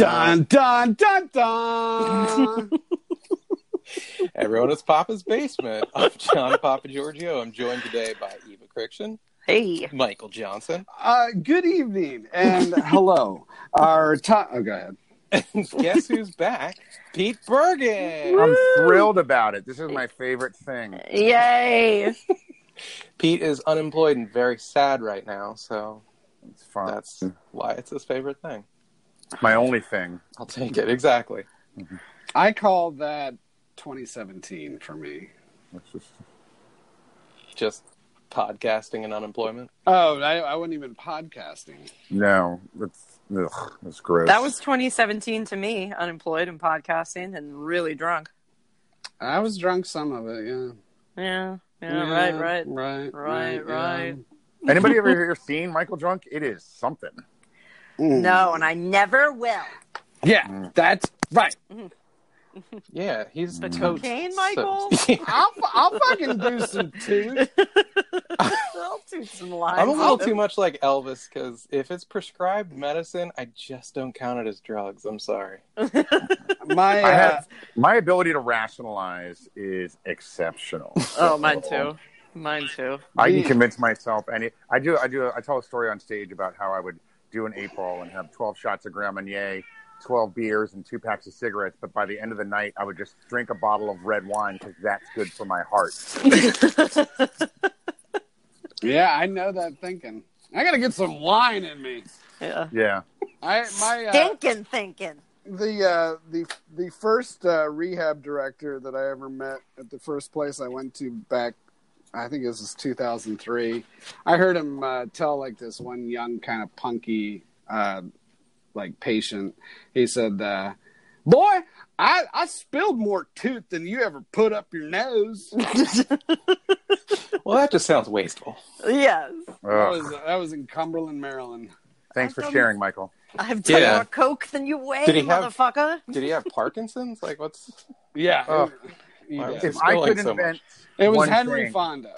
Dun dun dun dun. Everyone, it's Papa's Basement. I'm John Papa Giorgio. I'm joined today by Eva Crichton, Hey. Michael Johnson, uh, good evening and hello. Our top. Oh, go ahead. and guess who's back? Pete Bergen. I'm Woo! thrilled about it. This is my favorite thing. Yay. Pete is unemployed and very sad right now, so It's fun. that's why it's his favorite thing. my only thing. I'll take it. Exactly. I call that 2017 for me. Just podcasting and unemployment. Oh, I, I wasn't even podcasting. No, it's ugh, it's gross. That was 2017 to me, unemployed and podcasting and really drunk. I was drunk some of it. Yeah. Yeah. Yeah, Yeah, right, right. right, Right, right. anybody ever here seen Michael drunk? It is something. Yeah. Mm. No, and I never will. Yeah, that's right. Yeah, he's But toast. cocaine, So- Michael? I'll fu- I'll fucking do some too. I'll do some live. I'm a little too much like Elvis because if it's prescribed medicine, I just don't count it as drugs. I'm sorry. My I uh, have my ability to rationalize is exceptional. Oh, mine too. Mine too. I can Yeah. convince myself any I do I do I tell a story on stage about how I would do an eight ball and have twelve shots of Grand Marnier, twelve beers and two packs of cigarettes, but by the end of the night I would just drink a bottle of red wine because that's good for my heart. yeah, I know that thinking. I gotta get some wine in me. yeah. Yeah. I my uh, Thinking, thinking. the uh, the the first uh, rehab director that I ever met at the first place I went to back, I think this was 2003. I heard him uh, tell like this one young kind of punky uh, like patient. He said, uh, "Boy, I I spilled more tooth than you ever put up your nose." That Well, that just sounds wasteful. Yes. Ugh. was that was in Cumberland, Maryland. Thanks for I've done- sharing, Michael. I've done Yeah. more coke than you weigh, Did he have- motherfucker. Did he have Parkinson's? Like, what's Yeah. Oh. He Wow. did. It's if I going could so invent, It was One Henry thing. Fonda.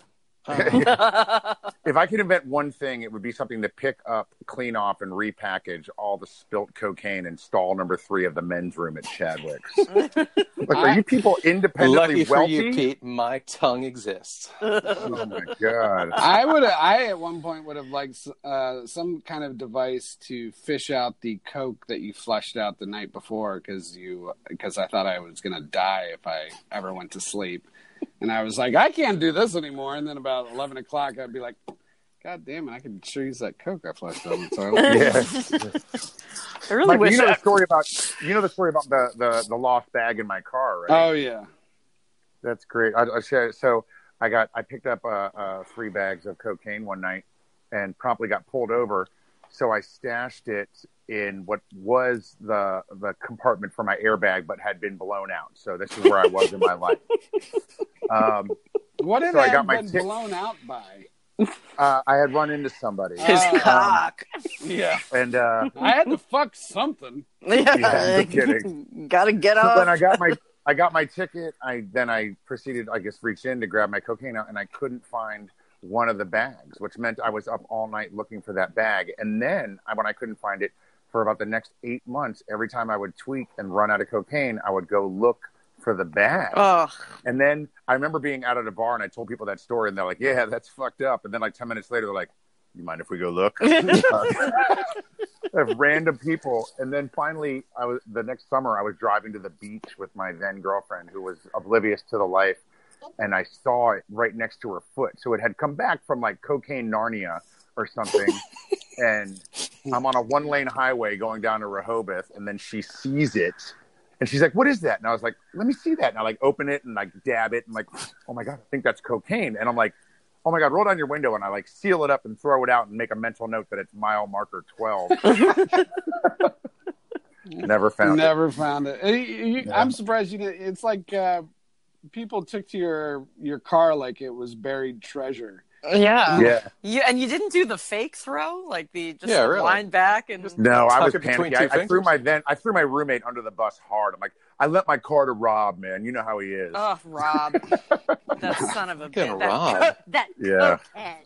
Uh, if I could invent one thing, it would be something to pick up, clean off, and repackage all the spilt cocaine in stall number three of the men's room at Chadwick's. like, are you people independently lucky for wealthy? you, Pete. My tongue exists. Oh my god! I would. I at one point would have liked uh, some kind of device to fish out the coke that you flushed out the night before because you because I thought I was gonna die if I ever went to sleep, and I was like, I can't do this anymore. And then about eleven o'clock, I'd be like, God damn it, I could sure use that coke I flushed out. the toilet. Yeah. I really Mike, wish you know I- the story about you know the story about the the, the lost bag in my car, right? Oh yeah, That's great. I, I so- so I got I picked up uh, uh, three bags of cocaine one night and promptly got pulled over. So I stashed it in what was the the compartment for my airbag, but had been blown out. So this is where I was in my life. Um, what had So I I got my been tick- blown out by? uh, I had run into somebody, his Ah. cock. Yeah, and uh, I had to fuck something. no kidding. Gotta get so up. then I got my I got my ticket. I then I proceeded. I just reached in to grab my cocaine out, and I couldn't find one of the bags, which meant I was up all night looking for that bag. And then I, when I couldn't find it for about the next eight months, every time I would tweak and run out of cocaine, I would go look for the bag. Oh, And then I remember being out at a bar, and I told people that story, and they're like, "Yeah, that's fucked up." And then like ten minutes later, they're like. You mind if we go look? of random people. And then finally, I was the next summer. I was driving to the beach with my then girlfriend, who was oblivious to the life, and I saw it right next to her foot. So it had come back from like cocaine Narnia or something. and I'm on a one lane highway going down to Rehoboth, and then she sees it. And she's like, "What is that?" And I was like, "Let me see that." And I like open it and like dab it and like, "Oh my god, I think that's cocaine." And I'm like, "Oh my god, roll down your window!" And I like seal it up and throw it out and make a mental note that it's mile marker twelve. Never found it. Never found it. Eh, you- you- Yeah. I'm surprised you didn't. It's like uh, people took to your your car like it was buried treasure. yeah. Yeah. You and you didn't do the fake throw, like the just Yeah, the really. line back and No, I Tuck was it between panicking. I, two I threw fingers? my then I threw my roommate under the bus hard. I'm like, I lent my car to Rob, man. You know how he is. oh Rob, that son of a Fucking bitch, Rob. that Yeah. cokehead.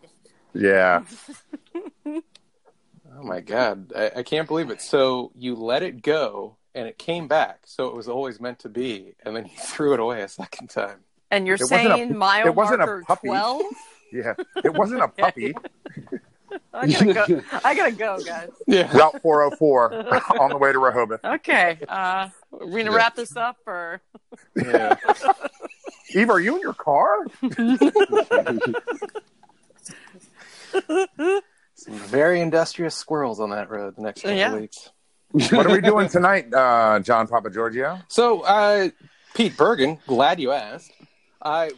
Yeah. Oh my god, I, I can't believe it. So you let it go, and it came back. So it was always meant to be, and then you threw it away a second time. And you're It wasn't a- saying mile it wasn't a marker puppy. 12? Yeah, it wasn't a puppy. I gotta go. I gotta go, guys. Yeah. Route 404 on the way to Rehoboth. Okay. Uh, we're gonna wrap this up, or yeah. Eve, are you in your car? Some very industrious squirrels on that road the next couple Yeah. weeks. What are we doing tonight, uh, John Papa Giorgio? So, uh, Pete Bergen, glad you asked. I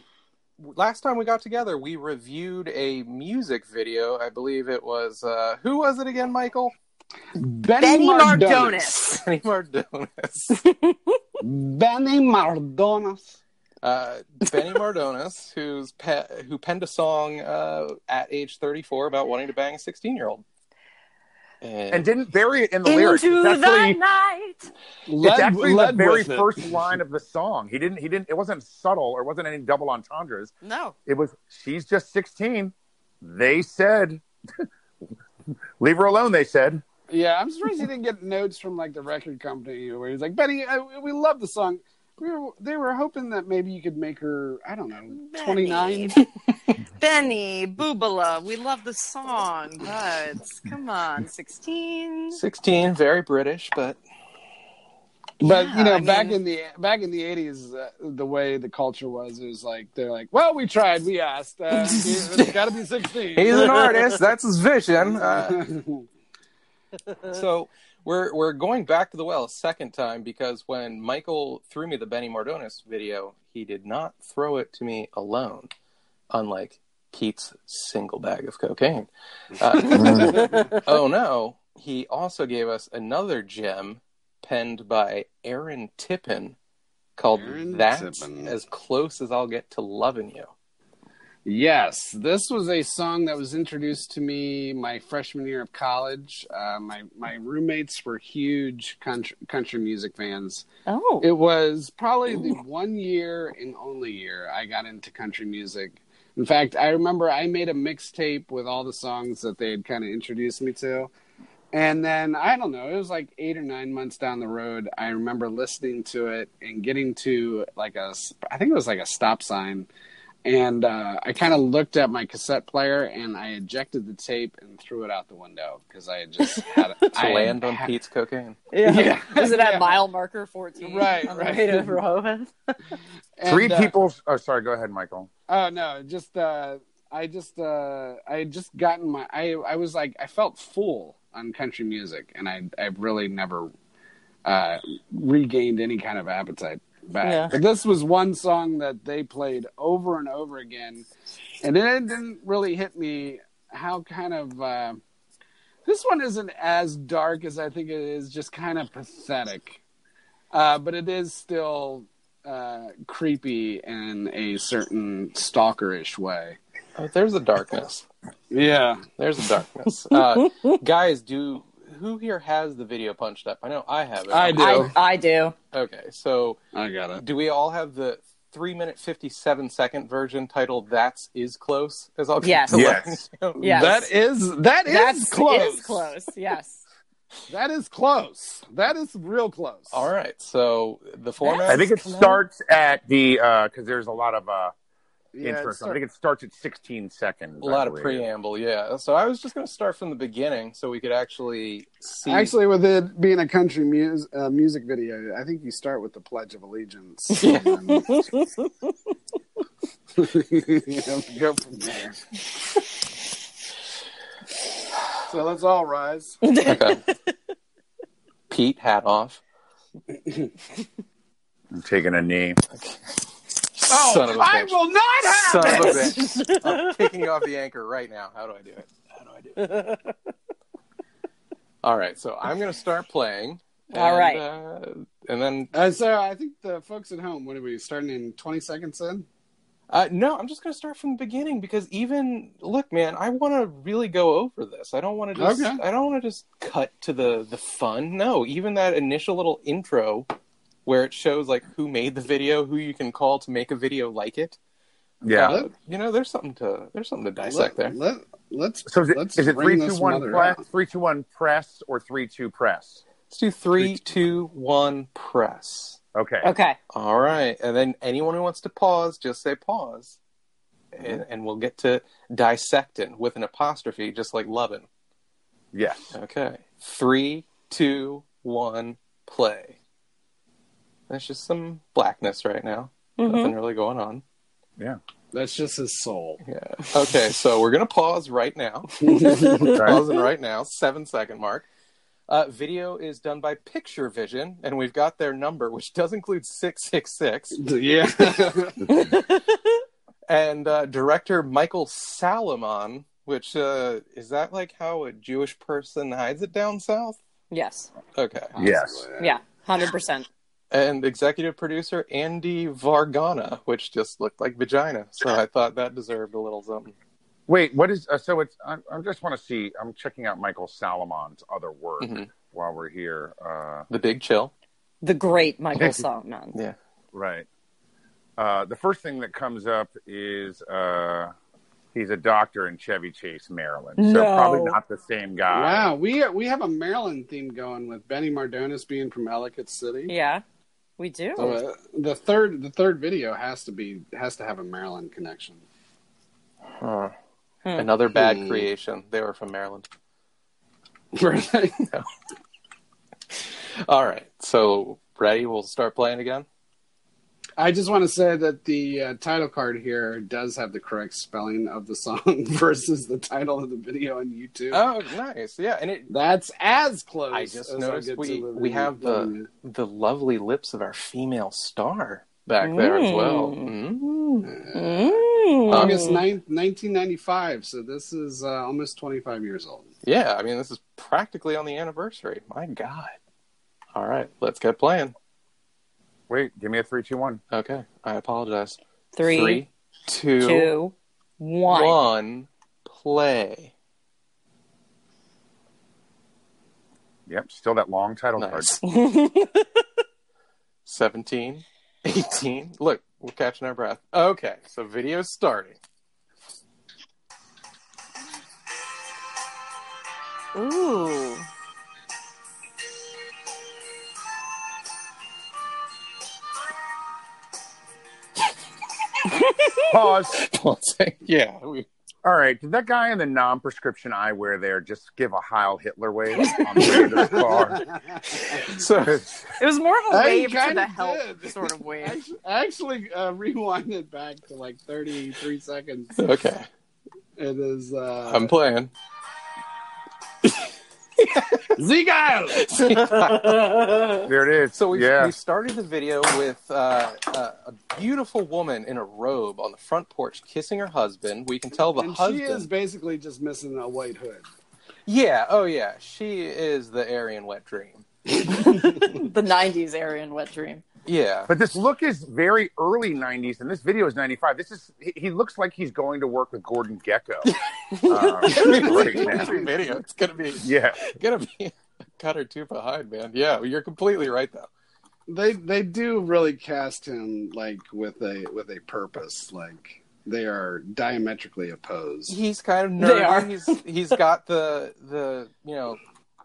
last time we got together, we reviewed a music video. I believe it was uh, who was it again, Michael? Benny, Benny Mardones. Mardonis. Benny Mardones. Benny Mardones. Uh, Benny Mardones, who's pe- who penned a song uh, at age 34 about wanting to bang a 16 year old. And didn't bury it in the lyrics. Into It's the actually, night. it's Led- actually the led very with it. first line of the song. He didn't. He didn't. It wasn't subtle or wasn't any double entendres. No. It was she's just sixteen. They said, "Leave her alone." They said, Yeah, I'm surprised he didn't get notes from like the record company where he's like, Benny, I, we love the song. We were, they were hoping that maybe you could make her, I don't know, 29. Benny Boobala. We love the song, but come on, sixteen. 16, very British, but But Yeah, you know, I back mean- in the back in the 80s, uh, the way the culture was, it was like they're like, well, we tried, we asked, uh, it's got to be 16. he's an artist. That's his vision. Uh, so we're we're going back to the well a second time because when Michael threw me the Benny Mardones video, he did not throw it to me alone, unlike Pete's single bag of cocaine. Uh, oh no! He also gave us another gem penned by Aaron Tippin called Aaron "That's Tippin. as close as I'll get to loving you." Yes, this was a song that was introduced to me my freshman year of college. Uh, my my roommates were huge country, country music fans. Oh. It was probably the one year and only year I got into country music. In fact, I remember I made a mixtape with all the songs that they had kind of introduced me to. And then I don't know, it was like eight or nine months down the road. I remember listening to it and getting to like a, s- I think it was like a stop sign. And uh, I kind of looked at my cassette player and I ejected the tape and threw it out the window because I had just had To I had land on had- Pete's cocaine. Yeah. Is it Yeah. at mile marker fourteen? Right, On the right. way to Rehoboth. And, three uh, people." Oh, sorry. Go ahead, Michael. Oh no, just uh I just uh I had just gotten my I I was like I felt full on country music and I I've really never uh regained any kind of appetite back. Yeah. But this was one song that they played over and over again and then it didn't really hit me how kind of uh this one isn't as dark as I think it is, just kind of pathetic. Uh, but it is still uh, creepy in a certain stalkerish way. Oh, there's a darkness. Yeah. There's a darkness. Uh, guys, do who here has the video punched up? I know I have it. I do. I, I do. Okay, so I got it. do we all have the three minute fifty seven second version titled "That's is close"? As I'll Yes. Yes. Yes. That is that is That's close. It is close. Yes. That is close. That is real close. All right. So the format. I think it starts at the because there's a lot of uh, Yeah, intro. it's I think it starts at 16 seconds. A I lot of believe. preamble, yeah. So I was just going to start from the beginning, so we could actually see. Actually, with it being a country mus- uh, music video, I think you start with the Pledge of Allegiance. Yeah. and then- Yeah, we go from there. so let's all rise. okay. Pete hat off. I'm taking a knee. Son of a Oh, I bitch. will not have Son it! of a bitch. I'm kicking you off the anchor right now. How do I do it? How do I do it? All right, so I'm going to start playing. And, All right. Uh, and then, Uh, so I think the folks at home, what are we starting in 20 seconds in? uh, no, I'm just going to start from the beginning because even, look, man, I want to really go over this. I don't want to just, Okay. I don't want to just cut to the, the fun. No, even that initial little intro where it shows like who made the video, who you can call to make a video like it. Yeah. Uh, you know, there's something to there's something to dissect there. Let, us So is it, let's is it bring three this two one mother press, out. three two one press, or three two press? Let's do three, two, one, press. Okay. Okay. All right, and then anyone who wants to pause, just say pause, and, and we'll get to dissecting with an apostrophe, just like loving. Yes. Okay, three, two, one, play. There's just some blackness right now. Mhm. Mm-hmm. Nothing really going on. That's just his soul. Yeah. Okay, so we're gonna pause right now. Right. Pausing right now, seven second mark. Uh, video is done by Picture Vision, and we've got their number, which does include six six six. yeah. and uh, director Michael Salomon, which uh, is that like how a Jewish person hides it down south? Yes. Okay. Yes. Yeah. Hundred percent. And executive producer Andy Vargana, which just looked like vagina. So I thought that deserved a little something. Wait, what is uh, so? It's I, I just want to see. I'm checking out Michael Salomon's other work Mm-hmm. Mhm. while we're here. Uh, The Big Chill. The great Michael Solomon. right. Uh, the first thing that comes up is uh, he's a doctor in Chevy Chase, Maryland. So No. probably not the same guy. Wow, we we have a Maryland theme going with Benny Mardonis being from Ellicott City. Yeah. We do. So, uh, the third the third video has to be has to have a Maryland connection. Huh. Hmm. Another bad Hmm. creation. They were from Maryland. Right? All right. So, ready? We'll start playing again. I just want to say that the uh, title card here does have the correct spelling of the song versus the title of the video on YouTube. Oh, nice. Yeah. And it That's as close. I just as noticed get to we- the- we have the- the lovely lips of our female star back there as well. Hmm. Mm. Mm. Hmm. August 9th, 1995. So this is uh, almost 25 years old. Yeah, I mean, this is practically on the anniversary. My God. All right, let's get playing. Wait, give me a three, two, one. Okay, I apologize. Three, Three, two, one, two, one. play. Yep, still that long title card. Nice. 17, 18. Look, we're catching our breath. Okay, so video's starting. Ooh. Pause. yeah, we, All right, did that guy in the non-prescription eyewear there just give a Heil Hitler wave on the way to the car? so It was more of a I wave to kinda the help did. sort of wave. Actu- Actually, uh, rewind it back to like 33 seconds. okay, It is uh, I'm playing. Zegal. There it is. So we, yeah, we started the video with uh, uh, a beautiful woman in a robe on the front porch kissing her husband. We can tell the and she is husband. basically just missing a white hood. Yeah, oh yeah, she is the Aryan wet dream. the 90s Aryan wet dream. Yeah, but this look is very early '90s, and this video is '95. This is he, he looks like he's going to work with Gordon Gecko. uh, right now. video. It's gonna be Yeah, gonna be cut or two behind, man. Yeah, you're completely right though. They they do really cast him like with a with a purpose. Like they are diametrically opposed. He's kind of They are. nerdy. He's he's got the the you know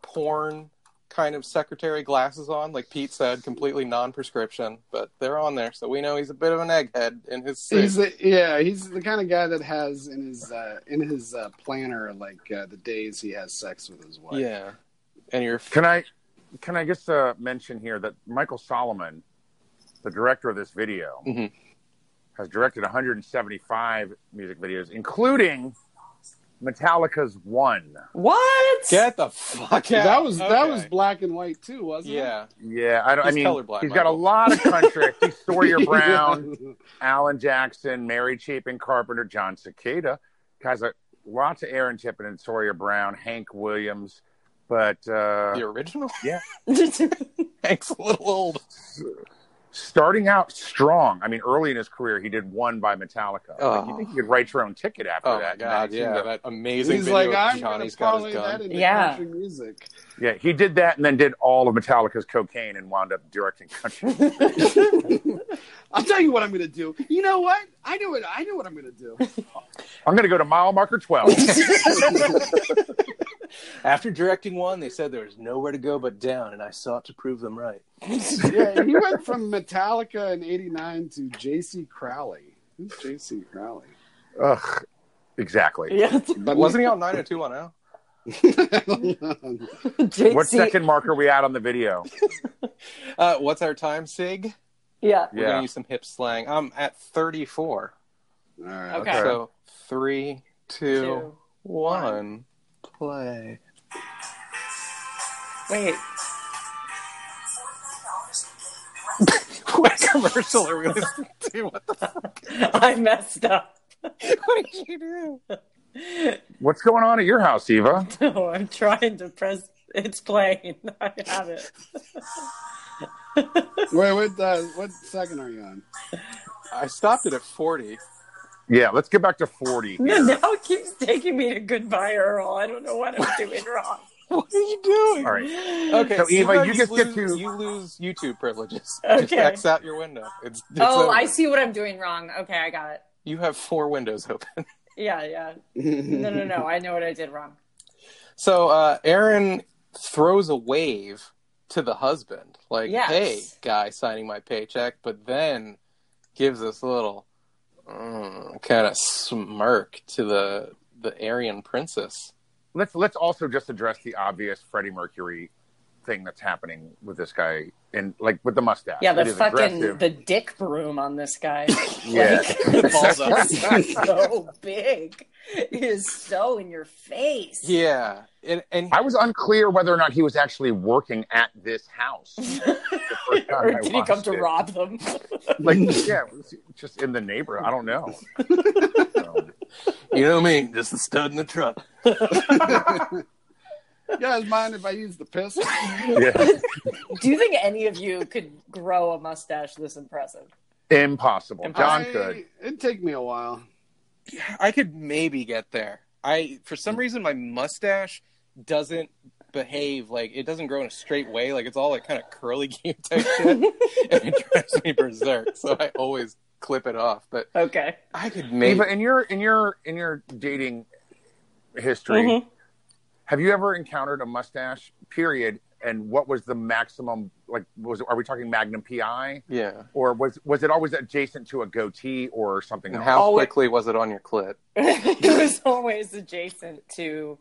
porn kind of secretary glasses on, like Pete said, completely non-prescription, but they're on there, so we know he's a bit of an egghead in his suit. He's the, yeah, he's the kind of guy that has in his uh, in his uh, planner like uh, the days he has sex with his wife. Yeah, and you're can I can I just uh, mention here that Michael Solomon, the director of this video, Mhm. has directed 175 music videos, including Metallica's one. What? get the fuck out. That was that Okay. was black and white too, wasn't it? yeah. Yeah, I don't. He's I mean, colorblind, he's got a Michael. lot of country. I see Sawyer Brown, Alan Jackson, Mary Chapin Carpenter, John Cicada. Has a lots of Aaron Tippin and Sawyer Brown, Hank Williams, but uh, The original Did you- Hank's a little old. starting out strong. I mean, early in his career, he did one by Metallica. Like, Oh. you think you could write your own ticket after Oh my that? god, Now you seem yeah, to- that amazing He's video like, of I'm Johnny's gonna got his parlay that gun. into Yeah. country music. yeah. He did that and then did all of Metallica's cocaine and wound up directing country. I'll tell you what I'm gonna do. You know what? I know what I know what I'm gonna do. I'm going to go to mile marker twelve. After directing one, they said there was nowhere to go but down, and I sought to prove them right. yeah, he went from Metallica in '89 to J.C. Crowley. Who's J.C. Crowley? Ugh, exactly. Yeah. But Wasn't he on 90210? JC. What second marker we at on the video? Uh, what's our time, Sig? Yeah. We're going Yeah. to use some hip slang. I'm at 34. All right. Okay. So three, two, Two. one, play. Wait. What commercial are we listening to? What the I messed up. fuck did you Oh, do? What's going on at your house, Eva? No, I'm trying to press. It's playing. I have it. Wait, what? Uh, what second are you on? I stopped it at 40. Yeah, let's get back to forty. No, now it keeps taking me to goodbye, Earl. I don't know what I'm doing wrong. What are you doing? All right. Okay, So, Eva, now you just get lose- to- you lose YouTube privileges. Just Okay. X out your window. It's, it's oh, over. I see what I'm doing wrong. Okay, I got it. You have four windows open. Yeah, yeah. No, no, no. Oh, I know what I did wrong. So uh, Aaron throws a wave to the husband, like, Yes. "Hey, guy, signing my paycheck," but then gives this little mm, kind of smirk to the the Aryan princess. Let's let's also just address the obvious Freddie Mercury thing that's happening with this guy and like with the mustache. Yeah, the It is fucking aggressive. the dick broom on this guy. yeah. The balls up. It's so big. It is so in your face. yeah, and, and I was unclear whether or not he was actually working at this house. the first time Or I did he come watched to it. rob them? Like, yeah, it was just in the neighborhood. I don't know. So, you know me, just a stud in the truck. You guys mind if I use the pistol? yeah, Do you think any of you could grow a mustache this impressive? impossible. John I- could. It'd take me a while. I could maybe get there. I for some reason my mustache doesn't behave like it doesn't grow in a straight way. Like it's all like kind of curly cute type shit, and it drives me berserk. So I always clip it off. But Okay. I could maybe. Eva, in your in your in your dating history, Mhm. have you ever encountered a mustache? Period. And what was the maximum? Like, was are we talking Magnum PI, Yeah. or was was it always adjacent to a goatee or something And else? how Oh, it- quickly was it on your clit? it was always adjacent to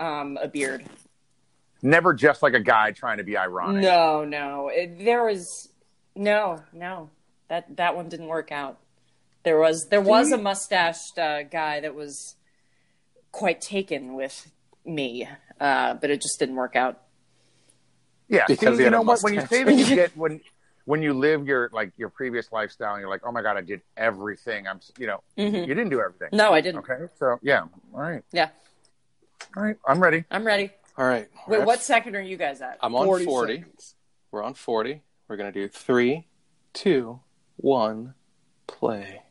um, a beard. Never just like a guy trying to be ironic. No, no. It, there was no, no. That that one didn't work out. There was there was a mustached uh, guy that was quite taken with me, uh, but it just didn't work out. Yeah, see, Because he you had a know what? When you mustache. say that you get when when you live your like your previous lifestyle, and you're like, oh my god, I did everything. I'm s- you know Mhm. you didn't do everything. No, I didn't. Mm-hmm. Okay, so yeah, all right, Yeah, all right, I'm ready. I'm ready. All right. Wait, We're at- what second are you guys at? I'm on 40. 40 We're on 40. We're going to do three, two, one, play.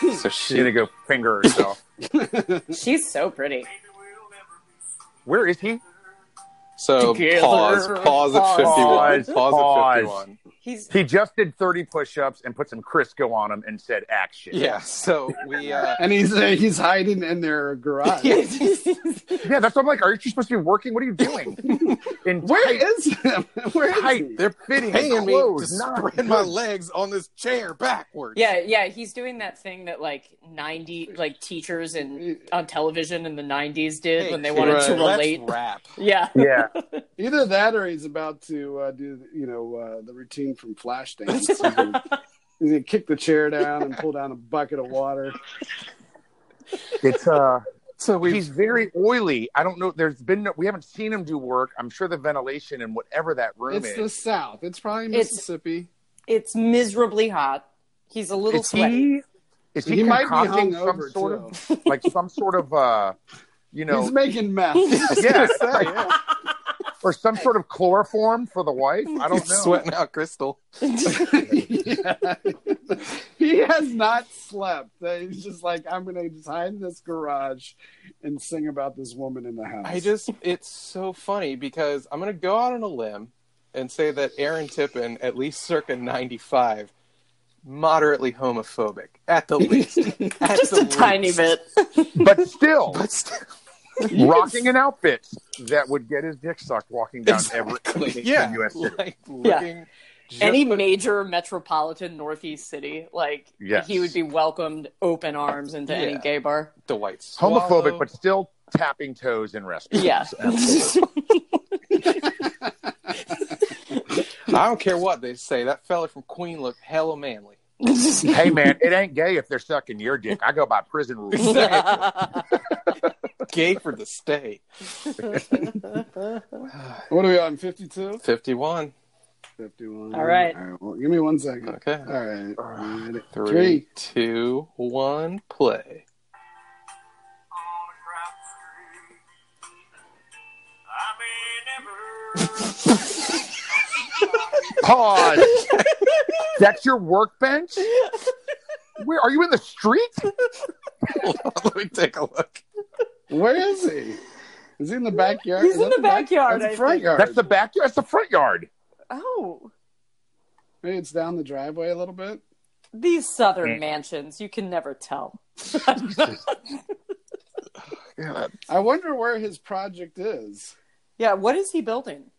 so She's gonna she, go finger herself. She's so pretty. Where is he? so Together. pause, pause at 51. Pause, Pause, pause. at 51. He's He just did 30 push-ups and put some Crisco on him and said action. Yeah, so we, uh, And he's uh, he's hiding in their garage. Yeah. yeah, that's what I'm like. Are you supposed to be working? What are you doing? In Where tight- is him? Where is tight, he? they're fitting paying me to clothes, not spread my legs on this chair backwards. yeah, yeah. He's doing that thing that like ninety like teachers E, and on television in the nineties did Hey, when they kid, wanted to right. relate. Let's rap. Yeah. Yeah, Either that, or he's about to uh, do you know uh, the routine from Flashdance. he's, gonna, he's gonna kick the chair down and pull down a bucket of water. it's uh, So we he's very oily. I don't know. There's been no, we haven't seen him do work. I'm sure the ventilation in whatever that room It's is. the South. It's probably It's- Mississippi. It's miserably hot. He's a little is sweaty. he? Is he, he might be concocting some hungover sort too. of like some sort of uh, you know? He's making meth. yeah, say, like, yeah. or some sort of chloroform for the wife. I don't know. He's sweating out crystal. he has not slept. He's just like, I'm going to just hide in this garage and sing about this woman in the house. I just, it's so funny because I'm going to go out on a limb and say that Aaron Tippin, at least circa 95, moderately homophobic, at the least. At Just the a tiny least. bit. But still, But still, rocking an outfit that would get his dick sucked walking down every exactly. in Yeah. U.S. city. Like, looking just Any the- major metropolitan northeast city, like Yes. he would be welcomed open arms into any Yeah. gay bar. the white swallow. Homophobic, but still tapping toes in restaurants. Yeah. I don't care what they say. That fella from Queen looked hella manly. hey man, it ain't gay if they're sucking your dick. I go by prison rules. Gay for the stay. what are we on? 52? 51. 51. All right. All right well, give me one second. Okay. All right. Three, two, one, play. on a crap tree. I may never Pause. That's your workbench? Where are you in the street? Hold on, let me take a look. Where is he? Is he in the backyard? He's Is in that the backyard, That's I the front think. yard. That's the backyard. That's the front yard. oh, Maybe it's down the driveway a little bit. these southern mansions, you can never tell. God. I wonder where his project is. yeah, what is he building?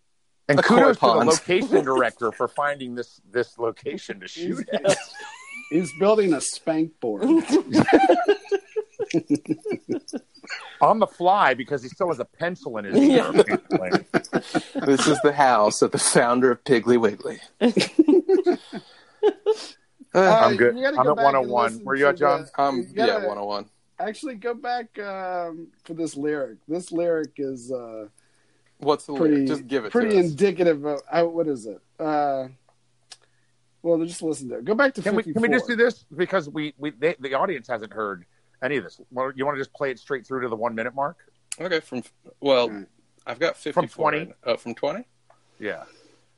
And A koi kudos to the pond. location director for finding this this location to He's, shoot at. he's building a spank board. On the fly because he still has a pencil in his ear. apparently. This is the house of the founder of Piggly Wiggly. All Uh, right, I'm good. you gotta I'm go at back and 101. listen Where you to at, John? the- um, you yeah, gotta 101. Actually, go back um, for this lyric. This lyric is uh, What's the pretty, lyric? Oh, Just give it pretty to us. indicative of uh, what is it? Uh, well, just listen to it. Go back to Can we 54. can we just do this because we we they, the audience hasn't heard any of this. Well, you want to just play it straight through to the one minute mark? Okay, from, well, Alright. I've got 54. 20. right now. Oh, from 20? Yeah.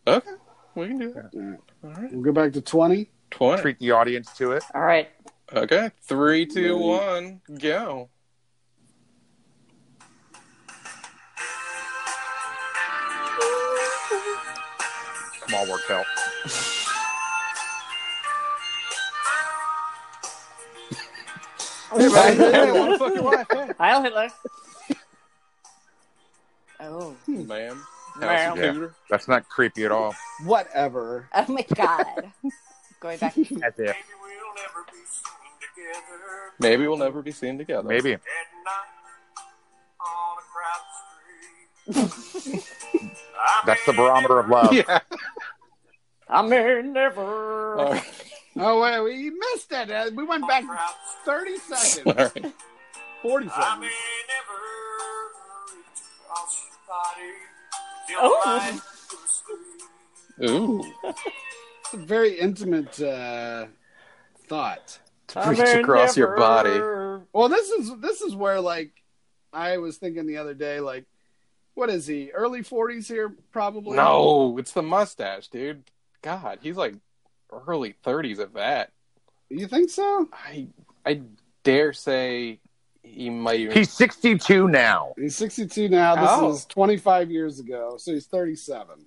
Okay, we can do that. Alright. All right. We'll go back to 20. 20. Treat the audience to it. All right. Okay, three, two, Ready. one, go. Small workout. Hey, man, fuck your wife, hey. Heil Hitler. Oh. Ma'am. Ma'am. How's your tutor? That's not creepy at all. Whatever. Oh my god. Going back. As if maybe we'll never be seen together. Maybe we'll never be seen maybe together. At night on a crowd street. I that's the may barometer of love. Yeah. I may never. All right. Oh, wait, we missed it. Uh, We went back never on a crowd street. 30 seconds, All right. 40 I may seconds. never reach across your Oh. body till life goes through. Ooh. It's a very intimate uh, thought. I Reach may across your body. never. Well, this is this is where like I was thinking the other day, like what is he? Early forties here, probably. No, it's the mustache, dude. God, he's like early 30s at that. you think so? I I dare say he might even. He's 62 now. He's sixty-two now. This Oh. is twenty-five years ago, so he's thirty-seven.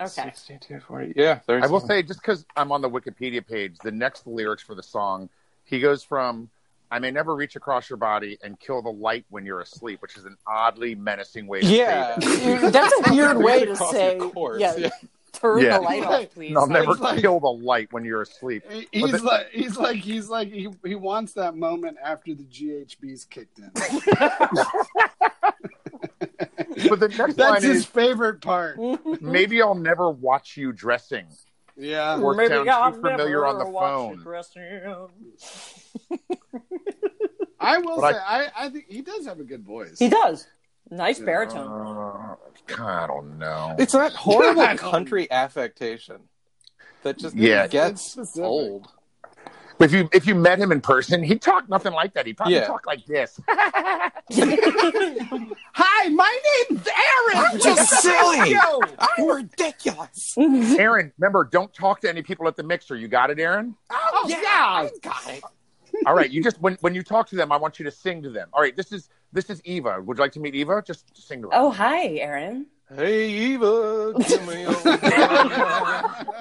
Okay. 62, 40. Yeah, 30. I will say, just because I'm on the Wikipedia page, the next lyrics for the song, he goes from "I may never reach across your body and kill the light when you're asleep," which is an oddly menacing way to Yeah. say that. That's a weird Reach way to across say. your corpse, Yeah, yeah. Turn Yeah. the light off, please. And I'll never It's like- kill the light when you're asleep. He- Well, He's the- like he's like he's like he, he wants that moment after the GHBs kicked in. But the next line That's his is favorite part. "Maybe I'll never watch you dressing." Yeah. Or Maybe sounds I'll too familiar never on the watch phone. it dress him. I will But I- say I, I think he does have a good voice. He does. Nice Yeah. baritone. Uh, I don't know. It's that horrible God. country affectation that just Yeah. gets It's specific. old. But if you if you met him in person, he'd talk nothing like that. He'd probably Yeah. talk like this. Hi, my name's Aaron. I'm just silly. Yo. I'm ridiculous. Aaron, remember, don't talk to any people at the mixer. You got it, Aaron? Oh, yeah. I got it. All right, you just when when you talk to them, I want you to sing to them. All right, this is this is Eva. Would you like to meet Eva? Just sing to her. oh, hi, Aaron. Hey Eva, give me a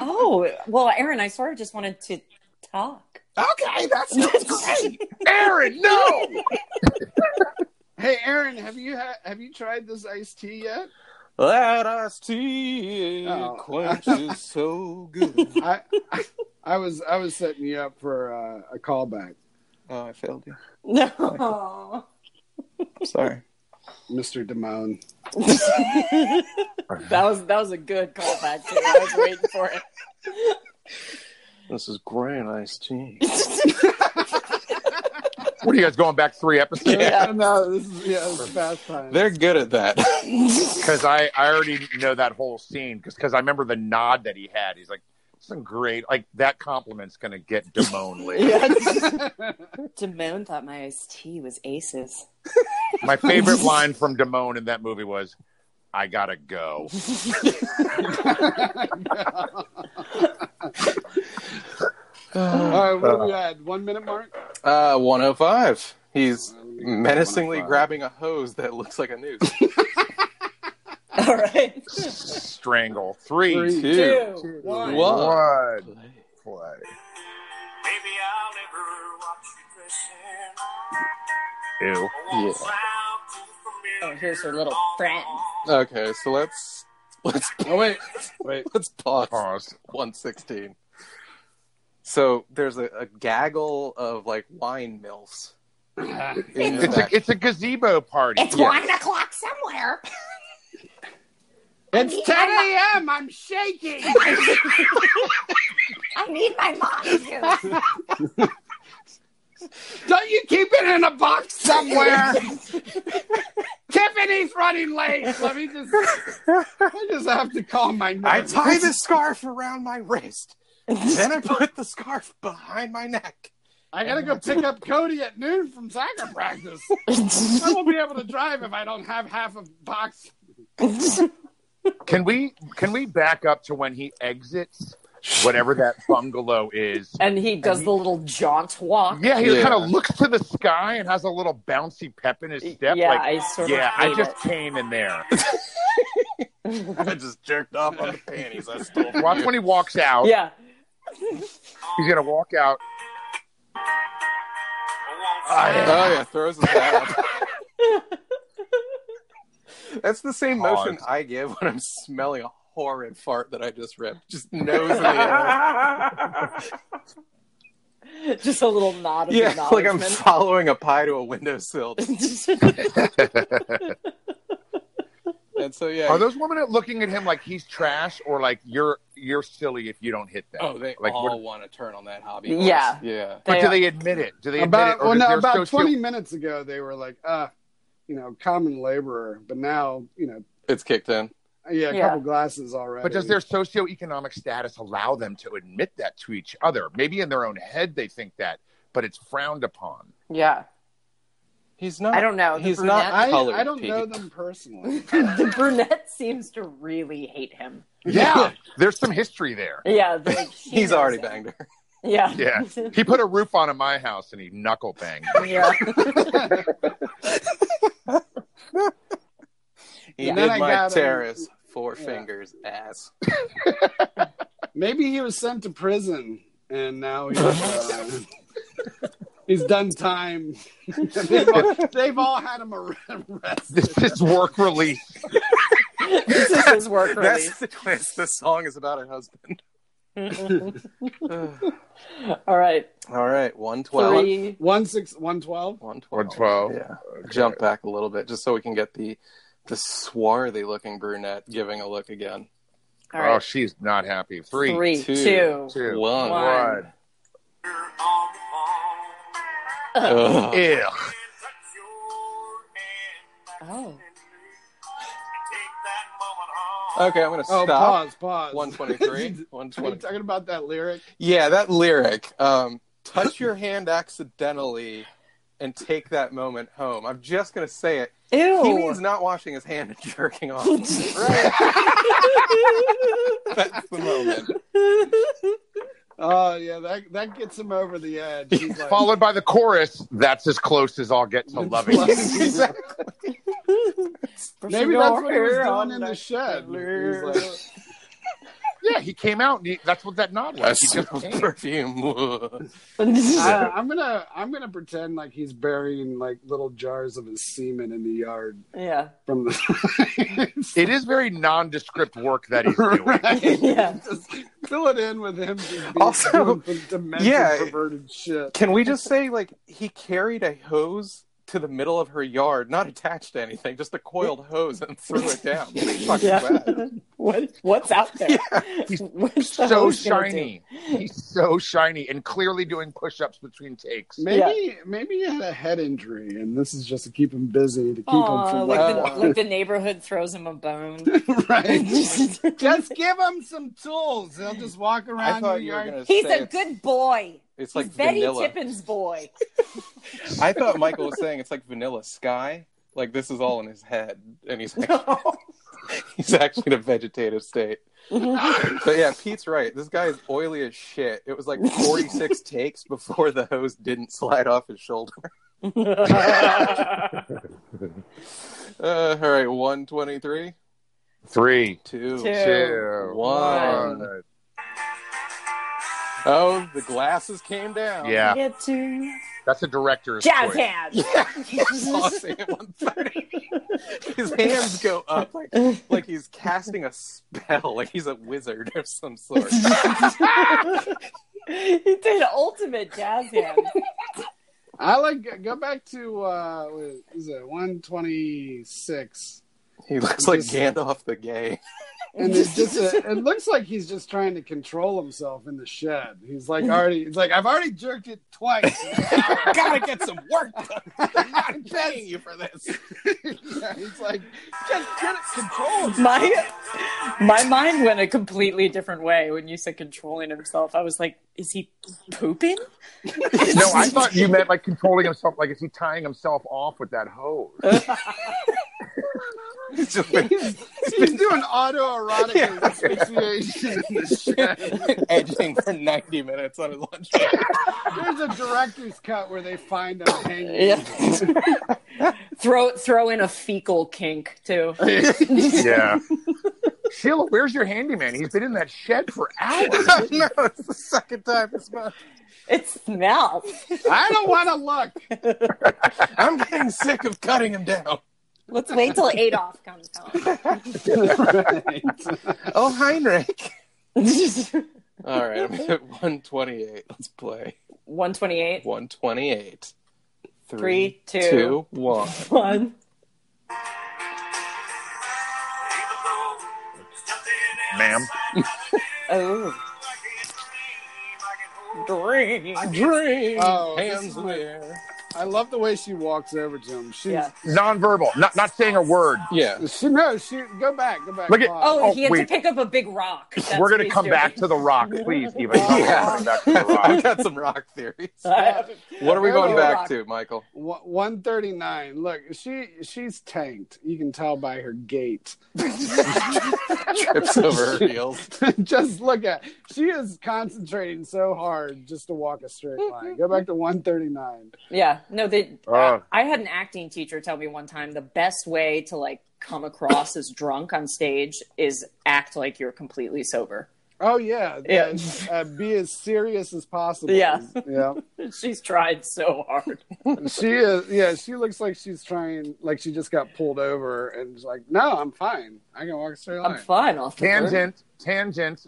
Oh, well, Aaron, I sort of just wanted to talk. Okay, that's great. Aaron, no. Hey, Aaron, have you ha- have you tried this iced tea yet? That iced tea Oh. it quenches so good. I, I I was I was setting you up for uh, a callback, Oh, I failed you. No. I'm sorry. Mr. Damone. That was that was a good callback. Too. I was waiting for it. This is great iced tea. What are you guys going back three episodes? Yeah. no, this is yeah, it's fast time. They're good at that. Because I, I already know that whole scene because I remember the nod that he had. He's like, some great, like that compliment's going to get Damone later. Damone thought my iced tea was aces. My favorite line from Damone in that movie was, I got to go. Uh, All right, what do we at? One minute mark. 105. He's Let me- menacingly 105. grabbing a hose that looks like a noose. All right. Strangle. Three. Three. Two. Two, one. one. One. One. Play. Maybe I'll never watch you dressing. Ew. Yeah. Oh, here's her little friend. Oh, Okay, so let's let's Oh wait, wait. Let's pause. Pause. 116. So there's a, a gaggle of like wine milfs. in the It's back. a, it's a gazebo party. It's Yeah. wine o'clock somewhere. it's 10 a.m. I'm shaking. I need my mom juice. Don't you keep it in a box somewhere? Tiffany's running late. Let me just. I just have to call my I nurse. tie the scarf around my wrist. then I put the scarf behind my neck. I gotta go pick up Cody at noon from soccer practice. I won't be able to drive if I don't have half a box. Can we can we back up to when he exits whatever that bungalow is? and he does the little jaunt walk. Yeah, he Yeah. kind of looks to the sky and has a little bouncy pep in his step. yeah, like, I sort of yeah, I hate just came in there. I just jerked off on the panties I stole. from Watch you. when he walks out. it. Yeah. He's gonna walk out. Oh yeah, throws his hat up. That's the same Pause. motion I give when I'm smelling a horrid fart that I just ripped. Just nose in the air. Just a little nod of Yeah, like I'm acknowledgement. following a pie to a windowsill. And so yeah. Are those women looking at him like he's trash or like you're you're silly if you don't hit that? oh, they like all what- want to turn on that hobby. horse. Yeah. Yeah. but They do are- they admit it? Do they admit About it? Or well, is no, there about socio- 20 minutes ago, they were like, uh, you know, common laborer, but now, you know, It's kicked in. yeah, a Yeah. couple glasses already. But does their socioeconomic status allow them to admit that to each other? Maybe in their own head they think that, but it's frowned upon. yeah. He's not. I don't know. The He's brunette- not I, colored. I don't Pete. know them personally. the brunette seems to really hate him. Yeah, there's some history there. Yeah. Like, she He's knows already him. banged her. Yeah. Yeah. He put a roof on in my house and he knuckle banged. me. yeah. He And did then I my got, um, terrace four yeah. fingers ass. Maybe he was sent to prison and now he's, uh, he's done time. they've, all, they've all had him arre- arrested. This is work release. this is his work That's release. the twist. This song is about her husband. All All right. right, one twelve. Three. One six, one twelve. One twelve. 112. Yeah. Jump back a little bit just so we can get the the swarthy looking brunette giving a look again. All Oh, right. she's not happy. Three, Three, two, two. two, One. One. Ugh. Ew. Oh. Okay, I'm gonna Oh, stop. pause, pause. One twenty three. Are One you twenty. talking about that lyric? Yeah, that lyric. Um, touch your hand accidentally and take that moment home. I'm just gonna say it. Ew. Oh. He means not washing his hand and jerking off. That's the moment. Oh yeah, that that gets him over the edge. He's like, Followed by the chorus, that's as close as I'll get to loving. you." Exactly. Maybe that's what he was doing in the shed. He's like, yeah, he came out. And he, that's what that nod was. He That's just what came. perfume. I, I'm gonna I'm gonna pretend like he's burying like little jars of his semen in the yard yeah. from the. It is very nondescript work that he's doing. Right? Yeah. Just fill it in with him just being, Also, doing some demented, yeah. perverted shit. Can we just say like he carried a hose to the middle of her yard, not attached to anything, just a coiled hose and threw it down. Fucking bad. yeah. what what's out there? He's What's the so host gonna do? shiny. He's so shiny and clearly doing push ups between takes. Maybe maybe he had a head injury, and this is just to keep him busy to keep him Aw, from like, Wow. the, like the neighborhood throws him a bone. right. just give him some tools. He'll just walk I around your thought you were yard. gonna He's say a it's- good boy. It's He's like Betty vanilla. Tippin's boy. I thought Michael was saying it's like vanilla sky. Like this is all in his head, and he's actually, he's actually in a vegetative state. but yeah, Pete's right. This guy is oily as shit. It was like 46 takes before the hose didn't slide off his shoulder. Uh, all right, 123, Three, two, Two. two, one. Oh, the glasses came down. Yeah, Get to that's a director's jazz choice. hands. Saucy at 130. His hands go up like like he's casting a spell, like he's a wizard of some sort. he did ultimate jazz hands. I like go back to uh, what is it one twenty six, He looks like Gandalf the Gay. and it's just a, it looks like he's just trying to control himself in the shed. He's like already, he's like I've already jerked it twice. Gotta get some work done. I'm not paying you for this. yeah, he's like just get it controlled. My my mind went a completely different way when you said controlling himself. I was like, is he pooping? No, I thought you meant like controlling himself. Like, is he tying himself off with that hose? He's just been He's doing autoerotic asphyxiation in the shed. edging for 90 minutes on his lunch break. There's a director's cut where they find him hanging. throw throw in a fecal kink too. yeah. Sheila, where's your handyman? He's been in that shed for hours. no, it's the second time this month. It's now. I don't want to look. I'm getting sick of cutting him down. Let's wait till Adolf comes home. Oh, Heinrich. All right, I'm at 128. Let's play. One twenty eight. 128. Three, two. two, one. One. Even though there's nothing else Ma'am. I gotta do, Oh, I can dream, I can hold dream. Dream. Oh, this hands is in my- the air. I love the way she walks over to him. She, Yeah. Nonverbal, not not saying a word. Yeah. she no, she go back, go back. Look at- pause. Oh, Oh, he had to wait. pick up a big rock. That's We're what gonna he's come doing. back to the rock, please, Eva. Yeah. Come back to the I've rock. got some rock theories. I haven't- What are we going Oh, back rock. to, Michael? One thirty nine. Look, she she's tanked. You can tell by her gait. Trips over her heels. just look at. She is concentrating so hard just to walk a straight line. Go back to one thirty nine. Yeah. No, they. uh, Oh. I had an acting teacher tell me one time the best way to like come across as drunk on stage is act like you're completely sober. Oh yeah, Yeah. That- uh, be as serious as possible. Yeah. yeah. She's tried so hard. She is. Yeah, she looks like she's trying. Like she just got pulled over and is like, no, I'm fine. I can walk a straight line. I'm fine. I'll Tangent, tangent.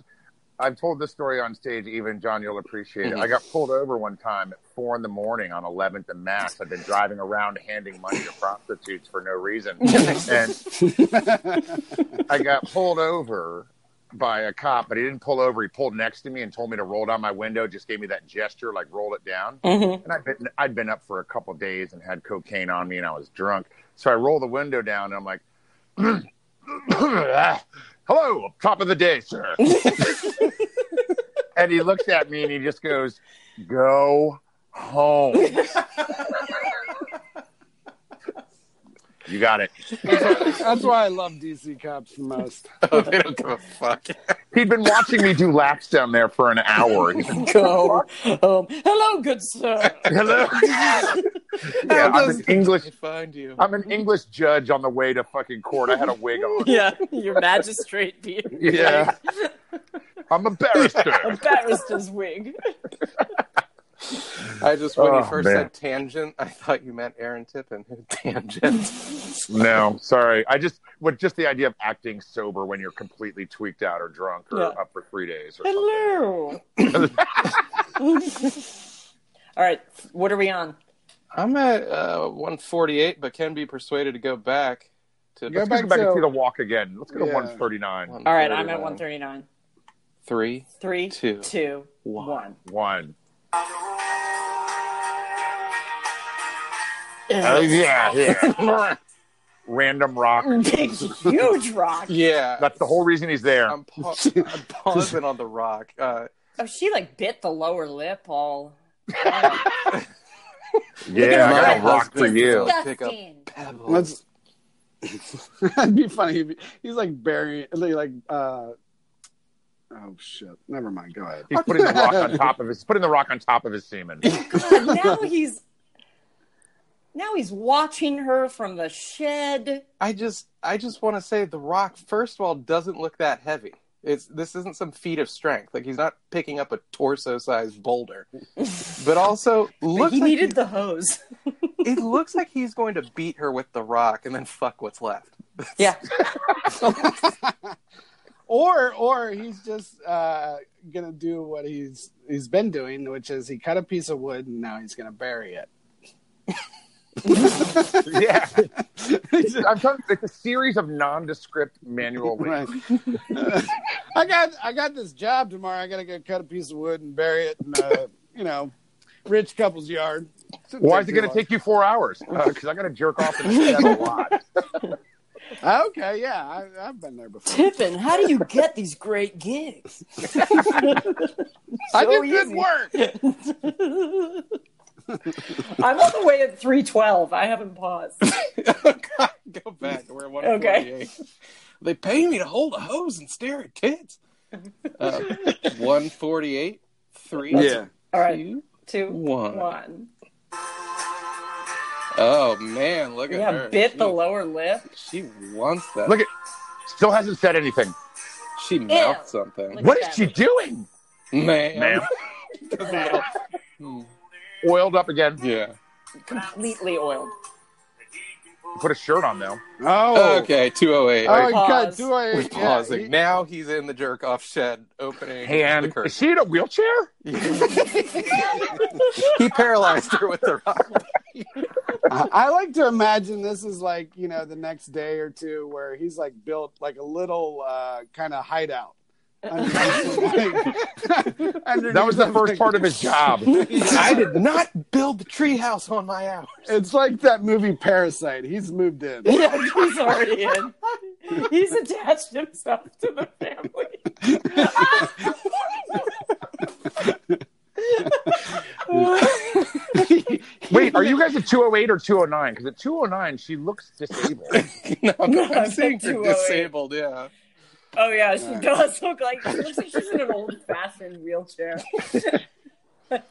I've told this story on stage, even John, you'll appreciate it. I got pulled over one time at four in the morning on 11th and Mass. I've been driving around handing money to prostitutes for no reason, and I got pulled over by a cop. But he didn't pull over; he pulled next to me and told me to roll down my window. Just gave me that gesture, like roll it down. And I'd been I'd been up for a couple days and had cocaine on me, and I was drunk. So I roll the window down, and I'm like. ah, Hello, top of the day, sir. and he looks at me and he just goes, Go home. you got it. That's why I love DC cops the most. Oh, they don't give a fuck. He'd been watching me do laps down there for an hour. He's like, Go home. Um, Hello, good sir. Hello. yeah, I'm an English. They find you. I'm an English judge on the way to fucking court. I had a wig on. Yeah, your magistrate beard. Yeah. I'm a barrister. Embarrassed his wig. I just when you Oh, first man. said tangent, I thought you meant Aaron Tippin. tangent. no, sorry. I just with just the idea of acting sober when you're completely tweaked out or drunk or Yeah. up for three days or Hello. something. All right, what are we on? I'm at uh, 148, but can be persuaded to go back to Go Let's go back back, and to- see the walk again. Let's go to Yeah. 139. All right, I'm at 139. Three. Three, Two. two, One. one. One. Ugh. Oh, yeah, yeah. Random rock. Big, huge rock. Yeah, That's the whole reason he's there. Um, I'm, pa- I'm pausing on the rock. Uh, Oh, she like bit the lower lip all. yeah, I my got a rock for husband. you. I'll pick up Disgusting. pebbles. Let's. That'd be funny. If he- he's like burying, like, uh, oh shit. Never mind. Go ahead. He's putting the rock on top of his putting the rock on top of his semen. God, now he's now he's watching her from the shed. I just, I just want to say the rock. First of all, doesn't look that heavy. It's this isn't some feat of strength. Like he's not picking up a torso-sized boulder. But also, But looks he like needed the hose. he- it looks like he's going to beat her with the rock and then fuck what's left. Yeah, or or he's just uh, gonna do what he's he's been doing, which is he cut a piece of wood and now he's gonna bury it. yeah. I'm telling you, it's a series of nondescript manual labor. Right. I got I got this job tomorrow. I gotta go cut a piece of wood and bury it in uh, you know rich couple's yard. Why is it going to take you four hours? Because I got to jerk off in the shed a lot. Oh, Okay, yeah, I, I've been there before. Tippin, how do you get these great gigs? I do So good easy. work. I'm on the way at 312. I haven't paused. Oh, God, go back. We're at 148. They pay me to hold a hose and stare at tits. Uh, 148, 3, Yeah. All right, two, two, one. one. Oh, man, look at Yeah, her. bit she, the lower lip. She wants that. Look at, still hasn't said anything. she mouthed something. Look- What is she doing? Man. Ma'am. Hmm, Oiled up again. Yeah. completely oiled. Put a shirt on though. Oh, Okay, 208. Oh, God, Pause. do I? We're yeah, pausing. he- now he's in the jerk off shed opening the And is curtain. she in a wheelchair? he paralyzed her with the rock. I I like to imagine this is like you know the next day or two where he's like built like a little uh, kind of hideout. that That was the first part of his job. I did not build the treehouse on my hours. It's like that movie Parasite. He's moved in. Yeah, he's already in. He's attached himself to the family. Wait, are you guys at 208 or 209? Because at 209, she looks disabled. No, no, I I'm saying said you're 208. disabled. Yeah. oh yeah, she does look like she looks like she's in an old-fashioned wheelchair.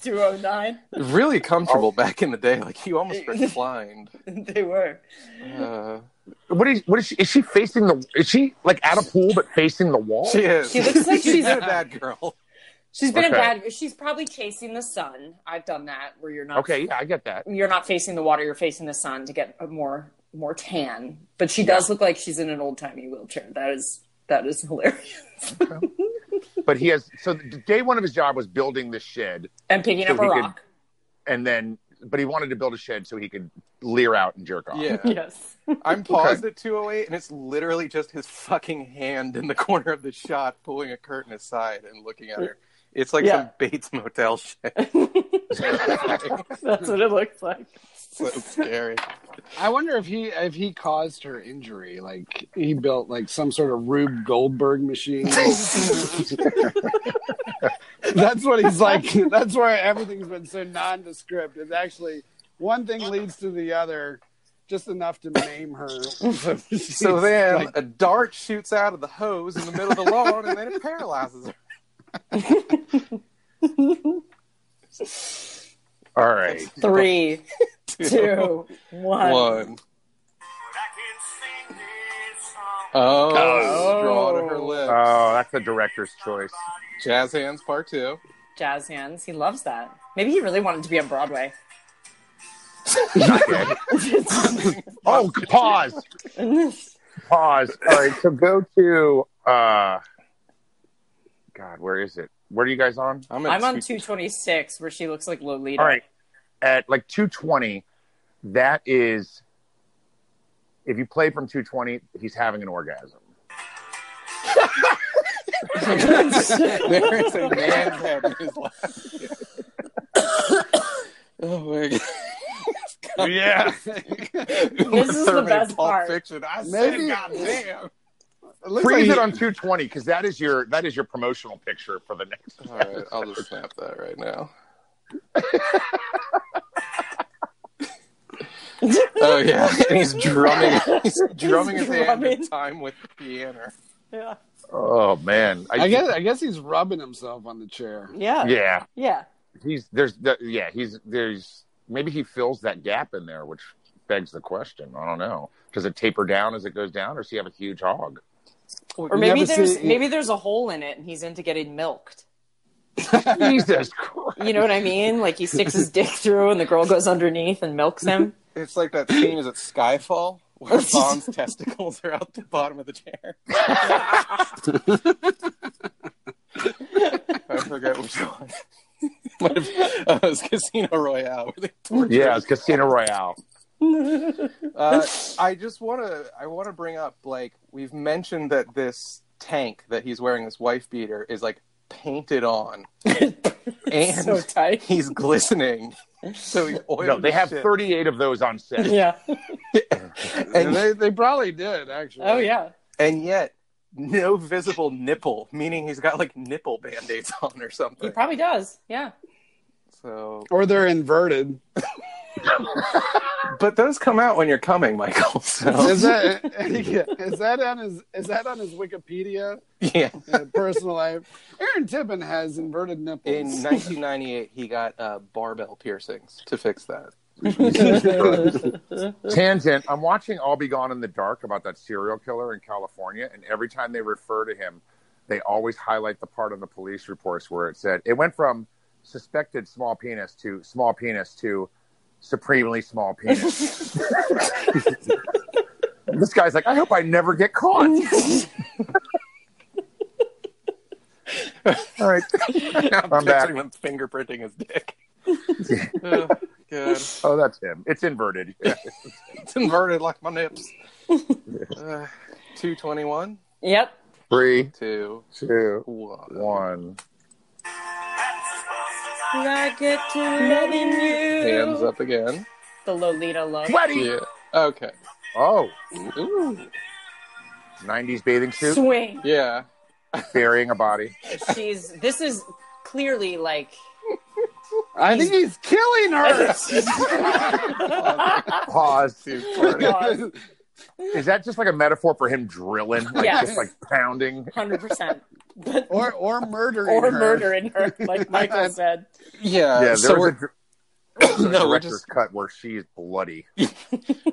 209. Really comfortable back in the day. Like you almost reclined. They were. Uh, What is? What is she? Is she facing the? Is she like at a pool but facing the wall? she is. She looks like she's- been a bad girl. She's been Okay. a bad. She's probably chasing the sun. I've done that where you're not Okay, yeah, I get that. you're not facing the water, you're facing the sun to get a more more tan. But she does look like she's in an old timey wheelchair. That is that is hilarious. But he has. So the day one of his job was building this shed, And picking So up a he could- rock. and then, but he wanted to build a shed so he could leer out and jerk off. Yeah. Yes. I'm paused at 208, and it's literally just his fucking hand in the corner of the shot, pulling a curtain aside and looking at her. It's like Yeah. some Bates Motel shit. That's what it looks like. so scary. I wonder if he if he caused her injury. Like he built like some sort of Rube Goldberg machine. that's what he's like. That's why everything's been so nondescript. It's actually one thing leads to the other, just enough to maim her. So so then like, a dart shoots out of the hose in the middle of the lawn, and then it paralyzes her. All right. Three, two, one. One. But I can sing this song. Oh, straw to her lips. Oh, that's the director's choice. Jazz hands part two. Jazz hands. He loves that. Maybe he really wanted to be on Broadway. Okay. oh, pause. Pause. All right. So go to uh God, where is it? Where are you guys on? I'm, at I'm on two- 226 where she looks like Lolita. All right. At like 220, that is if you play from 220, he's having an orgasm. there is a man's head in his lap. oh my god. Yeah. This is the best Pulp part. Fiction. I Maybe- said, God damn. it looks like Freeze he- it on 220 cuz that is your that is your promotional picture for the next. All right, I'll just snap that right now. oh yeah, and he's drumming. He's drumming his hand Drumming. in time with the piano. Yeah. Oh man. I guess I guess he's rubbing himself on the chair. Yeah. Yeah. Yeah. He's there's the, yeah, he's there's maybe he fills that gap in there which begs the question. I don't know. Does it taper down as it goes down or does he have a huge hog? Or maybe there's maybe there's a hole in it and he's into getting milked. Jesus Christ. You know what I mean? Like he sticks his dick through and the girl goes underneath and milks him. It's like that scene is at Skyfall where Bond's testicles are out the bottom of the chair. I forget which one. Might have, uh, it was Casino Royale. Where they torture Yeah, it's Casino Royale. Uh, I just want to I want to bring up like we've mentioned that this tank that he's wearing this wife beater is like painted on and so tight. he's glistening. So he's oiled. No, they as have shit. 38 of those on set. Yeah. And and, they they probably did actually. Oh yeah. and yet no visible nipple, meaning he's got like nipple band-aids on or He something. probably does. Yeah. so Or they're inverted. but those come out when you're coming, Michael. So Oh. Is that is that on his is that on his Wikipedia yeah. uh, personal life? Aaron Tippin has inverted In nipples. 1998, he got uh, barbell piercings to fix that. Tangent, I'm watching All Be Gone in the Dark about that serial killer in California, and every time they refer to him, they always highlight the part of the police reports where it said it went from suspected small penis to small penis to supremely small penis. And this guy's like, I hope I never get caught. All right. I'm, I'm back. picturing him fingerprinting his dick. oh, good. Oh, that's him. It's inverted. It's inverted like my nips. Uh, 221, Yep. Three, 2, two, 1. one. That's as close as I I get to loving you. Hands up again. The Lolita look. Sweaty. Yeah. Okay. Oh, Ooh. 90s bathing suit, Swing. Yeah. burying a body. She's. This is clearly like. I think he's killing her. Pause. Two, party. Is that just like a metaphor for him drilling? Like Yes. just like pounding? Hundred percent. But or or murdering or her. murder in her, like Michael said. Yeah. yeah, Uh, so there was we're, a, dir- there was a no, we're director's just cut where she's bloody.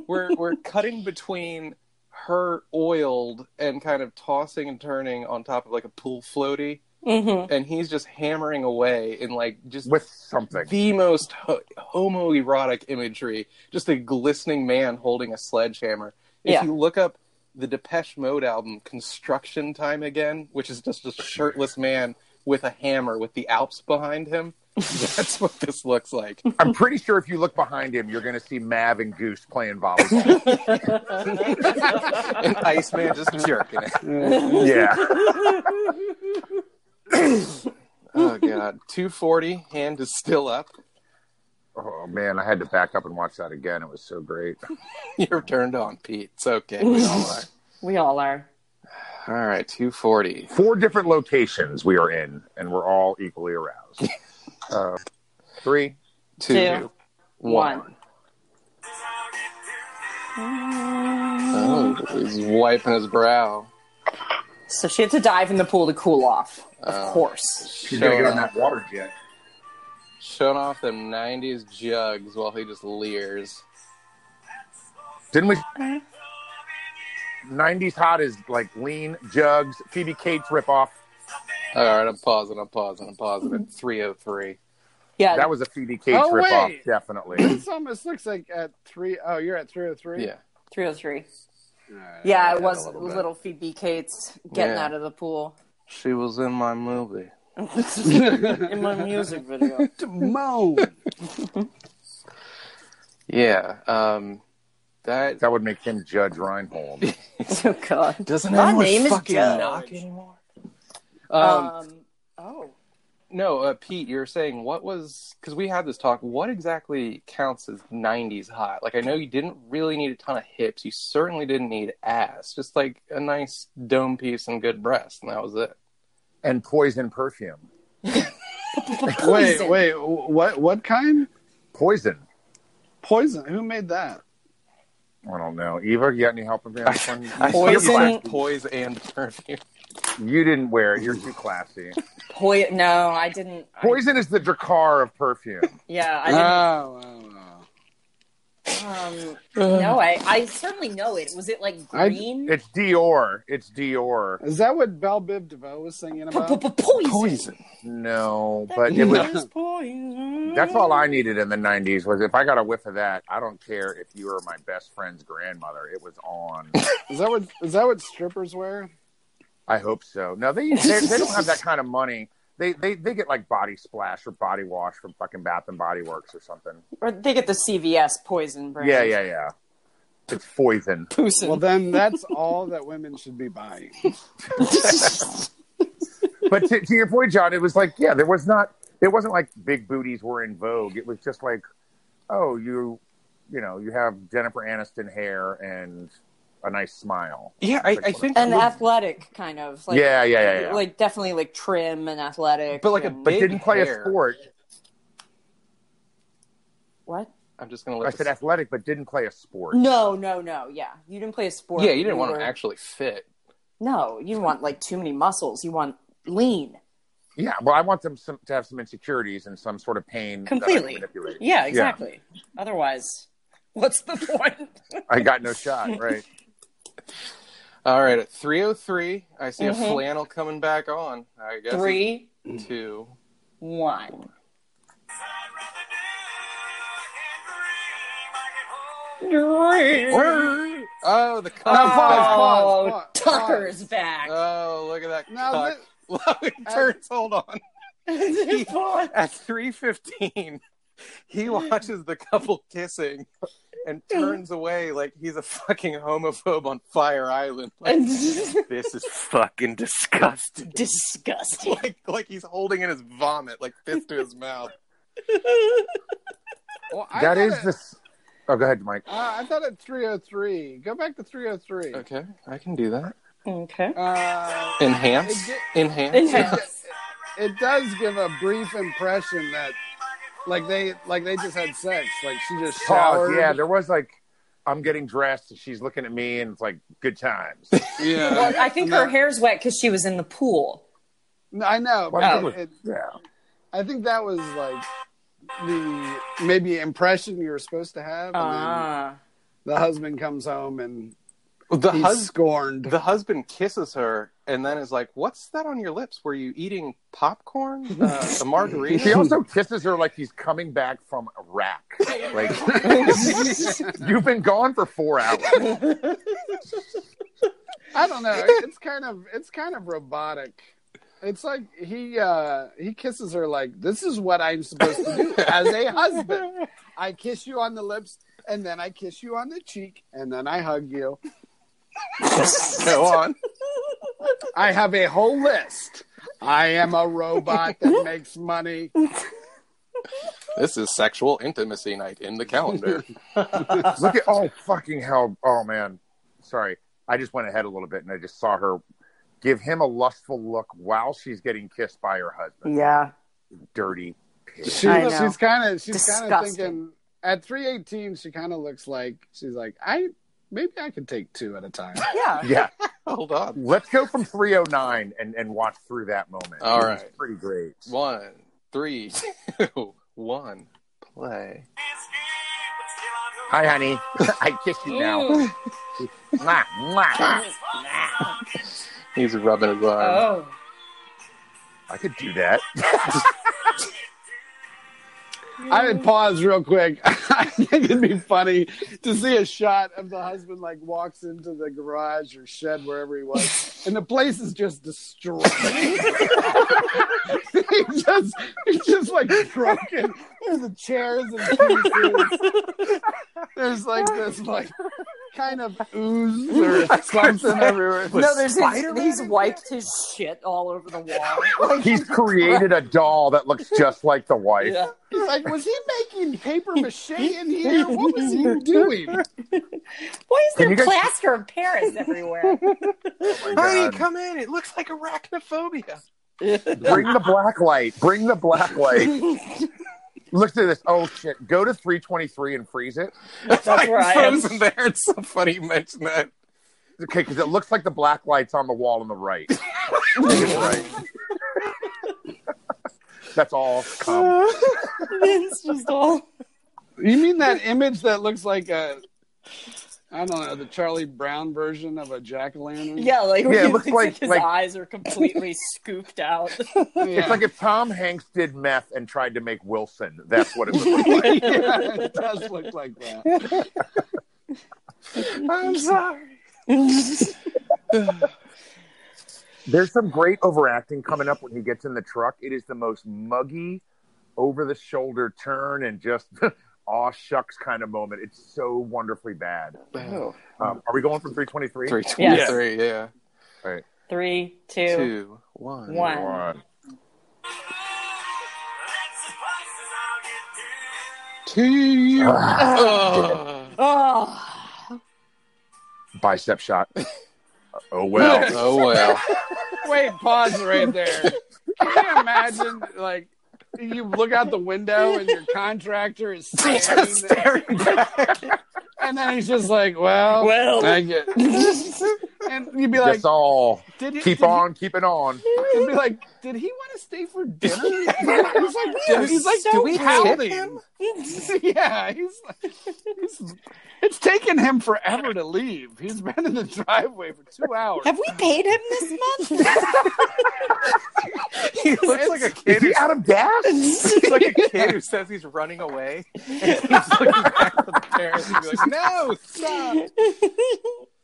we're we're cutting between her oiled and kind of tossing and turning on top of like a pool floaty, Mm-hmm. and he's just hammering away in like just With something. the most ho- homoerotic imagery just a glistening man holding a sledgehammer if Yeah. you look up the depeche mode album construction time again which is just a shirtless man with a hammer with the alps behind him that's what this looks like I'm pretty sure if you look behind him, you're going to see Mav and Goose playing volleyball. an iceman just jerking it yeah. oh god 240 hand is still up Oh man, I had to back up and watch that again. It was so great. You're turned on, Pete. It's okay. We all are. We all are. All right, 240. Four different locations we are in, and we're all equally aroused. uh, three. Two, Two, one. one. Oh, he's wiping his brow. So she had to dive in the pool to cool off. Of Oh. course. She's gonna Showing get on off, that water jet. showing off the 90s jugs while he just leers. Didn't we? 90s hot is like lean jugs, Phoebe Cates ripoff. All right, I'm pausing, I'm pausing, I'm pausing at 303. Yeah. That was a Phoebe Cates Oh, ripoff, wait. definitely. This almost looks like at three oh, you're at three oh three. Yeah. 303. All right. Yeah, yeah, it was a little little, bit. Phoebe Cates getting Yeah. out of the pool She was in my movie. in my music video. Moan. Yeah. Um, that that would make him Judge Reinhold. oh, God. doesn't My anyone name is fucking Judge. knock anymore. Um, Um, oh. no, uh, Pete, you're saying what was because we had this talk. What exactly counts as '90s hot? Like, I know you didn't really need a ton of hips. You certainly didn't need ass. Just like a nice dome piece and good breast, and that was it. and poison perfume. wait, Poison. wait. What what kind? Poison. Poison. Who made that? I don't know. Eva, you got any help with me on this one? I thought Poison- you said poise, and perfume. You didn't wear it. You're too classy. Poi- no, I didn't. I- Poison is the Dracar of perfume. yeah, I Oh, didn't. wow, wow. Uh, Um, Uh, no, I, I certainly know it. Was it like I- green? It's Dior. It's Dior. Is that what Belle Biv DeVoe was singing about? Poison. No, but it was. That's all I needed in the '90s was if I got a whiff of that. I don't care if you were my best friend's grandmother. It was on. Is that what is that what strippers wear? I hope so. No, they they, they don't have that kind of money. They, they they get like body splash or body wash from fucking Bath and Body Works or something. Or they get the CVS poison brand. Yeah, yeah, yeah. It's poison. Poison. Well, then that's all that women should be buying. but to, to your point, John, it was like, yeah, there was not, it wasn't like big booties were in vogue. It was just like, oh, you, you know, you have Jennifer Aniston hair and a nice smile. Yeah, I, I think. and athletic, kind of. Like, yeah, yeah, yeah, yeah. Like definitely like trim and athletic. But like a and- but big didn't play hair. a sport. what? I'm just gonna I let. said This, athletic, but didn't play a sport. No, no, no. Yeah, you didn't play a sport. yeah, you didn't want were- to actually fit. No, you want like too many muscles. You want lean. Yeah, well, I want them some, to have some insecurities and some sort of pain. that I can Completely. manipulate. Yeah, exactly. Otherwise, what's the point? I got no shot, right? All right, at 303, I see a Mhm. flannel coming back on. I guess it's Three, two. one. Oh, the Oh, cock's pause, back. pause, pause, Tucker's back. Oh, look at that Now cock. thi- Logan turns. Hold on. He- at 3:15, he watches the couple kissing and turns away like he's a fucking homophobe on Fire Island. Like, this is fucking disgusting. Disgusting. Like, like he's holding in his vomit, like fist to his mouth. Well, I that thought is it- this. Oh, go ahead, Mike. Uh, I thought at 303. Go back to 303. Okay, I can do that. Okay. Uh, Enhance, It enhance. it does give a brief impression that, like they like they just had sex. Like she just Pause. showered. Yeah, there was like, I'm getting dressed. and She's looking at me, and it's like, good times. yeah. Well, I think her No, hair's wet because she was in the pool. no, I know, but Wow. it, it, yeah. I think that was like the maybe impression you were supposed to have. And then Ah. the husband comes home and The he's husband. scorned. the husband kisses her and then is like, "What's that on your lips? Were you eating popcorn? Uh, a She margarita?" also kisses her like he's coming back from Iraq. Like you've been gone for four hours. I don't know. It's kind of it's kind of robotic. It's like he uh he kisses her like this is what I'm supposed to do as a husband. I kiss you on the lips and then I kiss you on the cheek and then I hug you. Go on. I have a whole list. I am a robot that makes money. This is sexual intimacy night in the calendar. Look at oh fucking hell! Oh man, sorry. I just went ahead a little bit and I just saw her give him a lustful look while she's getting kissed by her husband. Yeah. Dirty. She, I know. she's kind of she's kind of Disgusting. thinking at 318 she kind of looks like she's like I maybe I could take two at a time. Yeah. Yeah, Hold on. let's go from 309 and and watch through that moment. All It was right. pretty great. One, three, two, one. Play. Hi, honey. I kiss you now. Ooh. Mwah, mwah. He's rubbing his arm. Oh. I could do that. I would pause real quick. I think it'd be funny to see a shot of the husband like walks into the garage or shed wherever he was, and the place is just destroyed. he just he's just like broken. There's the chairs and pieces. There's like this like kind of ooze or something everywhere. No, there's his, Spider-Man he's in wiped his shit all over the wall. He's created a doll that looks just like the wife. yeah. He's like, was he making paper mache in here? What was he doing? Why is Can there you guys- plaster of Paris everywhere? Oh my Honey, God. come in. It looks like arachnophobia. Bring the black light. Bring the black light. Look at this. Oh shit. Go to 323 and freeze it. That's where I am. frozen there. It's so funny you mentioned that. Okay, because it looks like the black light's on the wall on the right. right. That's all. Uh, Come. it's just all. You mean that image that looks like a, I don't know, the Charlie Brown version of a jack o' lantern? Yeah, like, Yeah, it it looks looks like like- his like- eyes are completely scooped out. Yeah. It's like if Tom Hanks did meth and tried to make Wilson. That's what it would look like. yeah, it does look like that. I'm sorry. There's some great overacting coming up when he gets in the truck. It is the most muggy, over the shoulder turn and just aw shucks kind of moment. It's so wonderfully bad. Um, are we going from 323? Oh, Three, twenty-three. Three, Yeah. two, Two, one. one. One. Two. Ah. Oh, Oh, Bicep shot. oh, well. oh well. Wait, pause right there. Can you imagine, like, you look out the window and your contractor is staring, staring back. and then he's just like, "Well, Well. I get." And you'd be like, That's all. "Did he Keep did he- on, keeping on. and be like, "Did he want to stay for dinner?" he's like, he's like, so "Do we proud. pouting. him?" yeah, he's, he's. It's taken him forever to leave. He's been in the driveway for two hours. have we paid him this month? He looks like a Is kid. he out of gas? He's like a kid who says he's running away, and he's looking back to the parents and be like, "No, stop!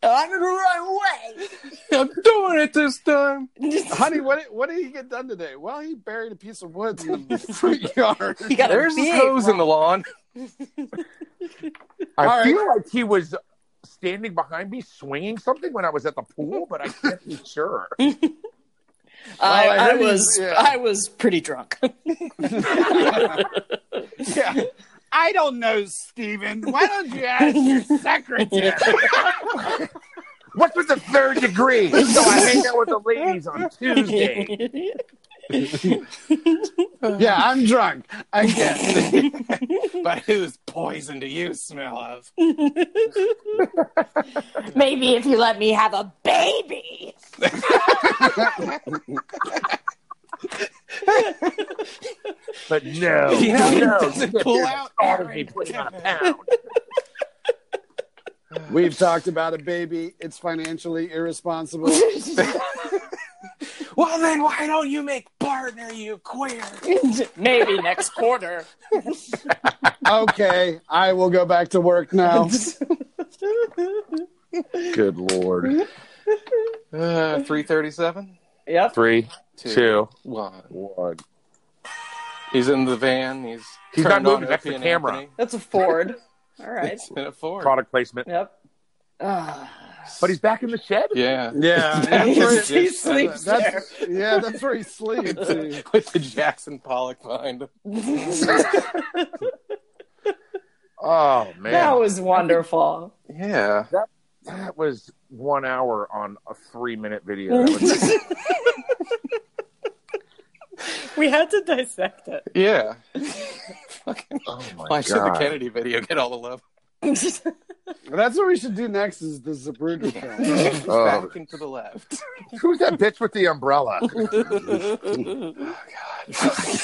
I'm gonna run away. I'm doing it this time." Honey, what did, what did he get done today? Well, he buried a piece of wood in the front yard. He got There's a his big hose in the lawn. I All right. feel like he was standing behind me swinging something when I was at the pool, but I can't be sure. Well, I, I I, heard he- was yeah. I was pretty drunk. yeah. I don't know, Steven. Why don't you ask your secretary? What's with the third degree? So I hang out with the ladies on Tuesday. yeah, I'm drunk. I guess. But whose poison do you smell of? Maybe if you let me have a baby. But no, You know, he no, doesn't pull out daughter be putting on a pound. We've talked about a baby. It's financially irresponsible. Well, then why don't you make partner, you queer? Maybe next quarter. okay, I will go back to work now. Good lord. Uh, 337? Yep. Three, Two. One. one. He's in the van. He's He's turned not on moving. That's Opie the and camera. Anthony. That's a Ford. All right. It's in a Ford. Product placement. Yep. Ah. But he's back in the shed. Yeah. Yeah, that's where, Yes, it- he yes, sleeps there. that's, yeah, that's where he sleeps. He- With the Jackson Pollock behind him. Oh man, That was wonderful. Yeah. that was one hour on a three-minute video. That was We had to dissect it. Yeah. Fucking Oh my Why should the God. Kennedy video get all the love? That's what we should do next is the Zapruder film. Oh. Back and to the left. Who's that bitch with the umbrella? Oh God.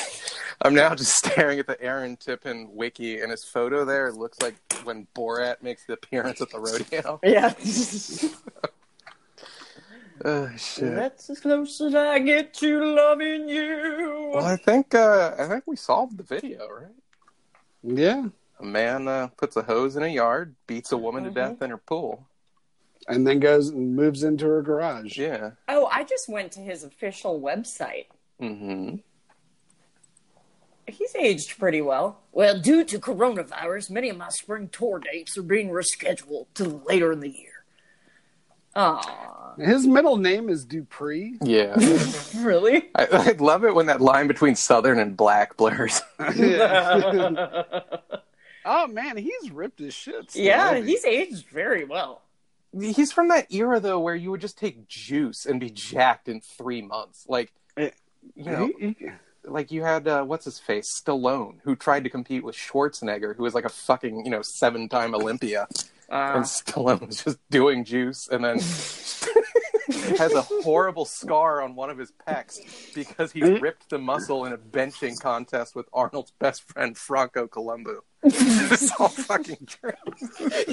I'm now just staring at the Aaron Tippin wiki, and his photo there looks like when Borat makes the appearance at the rodeo. yeah. Oh shit. That's as close as I get to loving you. Well, I think uh, I think we solved the video, right? yeah, A man uh, puts a hose in a yard, beats a woman Mhm. to death in her pool. and then goes and moves into her garage. Yeah. Oh, I just went to his official website. Mm-hmm. He's aged pretty well. Well, due to coronavirus, many of my spring tour dates are being rescheduled to later in the year. Aw, His middle name is Dupree. Yeah. really? I, I love it when that line between Southern and Black blurs. oh man, he's ripped as shit. still, yeah, isn't he? he's aged very well. He's from that era though, where you would just take juice and be jacked in three months. Like, Eh, you know, He- he- like you had uh, what's his face Stallone, who tried to compete with Schwarzenegger, who was like a fucking you know seven time Olympia, Uh, and Stallone was just doing juice, and then has a horrible scar on one of his pecs because he ripped the muscle in a benching contest with Arnold's best friend Franco Colombo. it's all fucking true.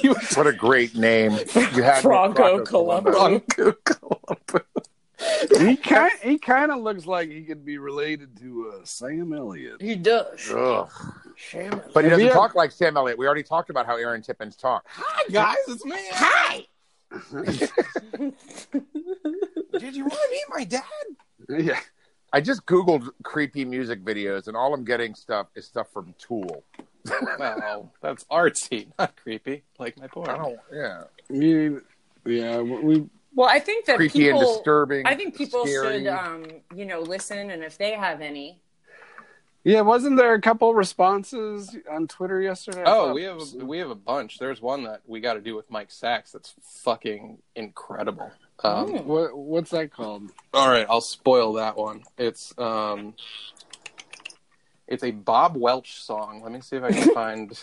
You What a great name. You had me at Bronco Colombo. Franco Colombo. he kind he kind of looks like he could be related to uh, Sam Elliott. He does. Ugh. Shame But he Have doesn't you- talk like Sam Elliott. We already talked about how Aaron Tippins talks. Hi guys, it's me. Hi! Did you want to meet my dad? Yeah, I just Googled creepy music videos, and all I'm getting stuff is stuff from Tool. Well, that's artsy, not creepy. Like my I porn. don't, yeah. you, yeah. We well, I think that creepy people. and disturbing. I think people scary. should, um, you know, listen, and if they have any, yeah. Wasn't there a couple responses on Twitter yesterday? I Oh, thought- we have a, we have a bunch. There's one that we got to do with Mike Sachs. That's fucking incredible. Um, Mm. What, what's that called? All right, I'll spoil that one. It's um, it's a Bob Welch song. Let me see if I can find.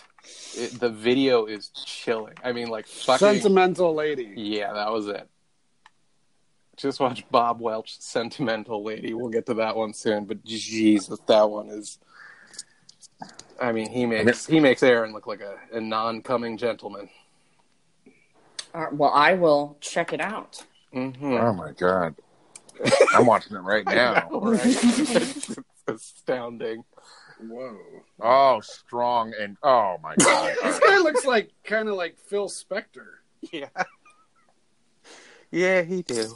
It, the video is chilling. I mean, like fucking. Sentimental lady. Yeah, that was it. Just watch Bob Welch, Sentimental Lady. We'll get to that one soon, but Jesus, that one is. I mean, he makes he makes Aaron look like a, a non-coming gentleman. uh, well, I will check it out. Mm-hmm. Oh, my God. I'm watching it right now. it's astounding. Whoa. Oh, strong and oh, my God. this guy looks like kind of like Phil Spector. Yeah. Yeah, he do.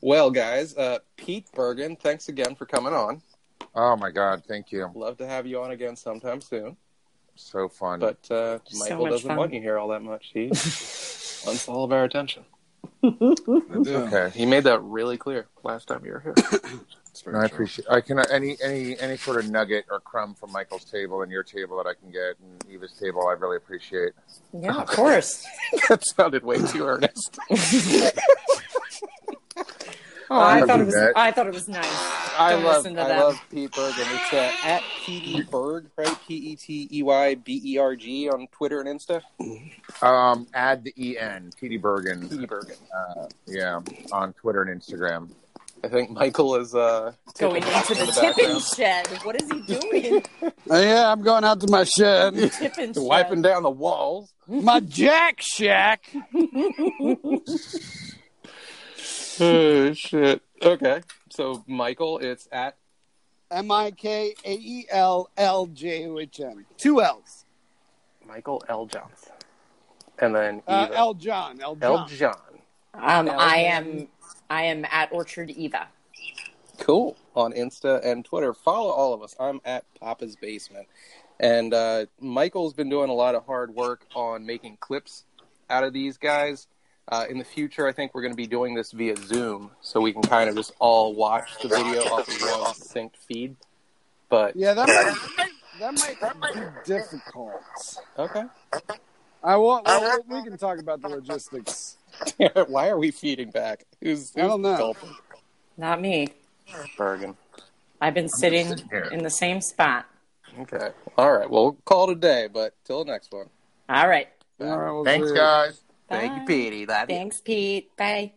Well, guys, uh, Pete Bergen, thanks again for coming on. Oh, my God. Thank you. Love to have you on again sometime soon. So fun. But uh, So Michael much doesn't fun. want you here all that much. He wants all of our attention. okay. He made that really clear last time you were here. No, I appreciate. I can uh, any any any sort of nugget or crumb from Michael's table and your table that I can get and Eva's table. I really appreciate. Yeah, of course. that sounded way too earnest. Oh, I Love thought you, it was. Matt. I thought it was nice. I Don't love listen to I them. love Pete Bergen. It's uh, at PD Berg, right? P E T E Y B E R G on Twitter and Insta. Um, add the en Petey Bergen. Petey Bergen. Yeah, on Twitter and Instagram. I think Michael is uh, Going tipping into in the tipping background. shed. What is he doing? Uh, yeah, I'm going out to my shed. tipping shed. wiping down the walls. my Jack Shack. oh shit. Okay. So Michael, it's at M I K A E L L J O H N. Two L's. Michael L. Johnson. And then Uh, Eva. L John. L John. L. John. Um, I am. I am at Orchard Eva. Cool. On Insta and Twitter. Follow all of us. I'm at Papa's Basement. And uh, Michael's been doing a lot of hard work on making clips out of these guys. Uh, in the future, I think we're going to be doing this via Zoom, so we can kind of just all watch the video off of one synced feed. But Yeah, that might, that might be difficult. okay, I want. Well, we can talk about the logistics. why are we feeding back? Who's, I who's don't know. Gulping? Not me. Bergen. I've been sitting here. in the same spot. Okay. All right. Well, we'll call it a day, but till the next one. All right. All right, well, Thanks, see. guys. Bye. Thank you, Petey. Love you. Thanks, Pete. Bye.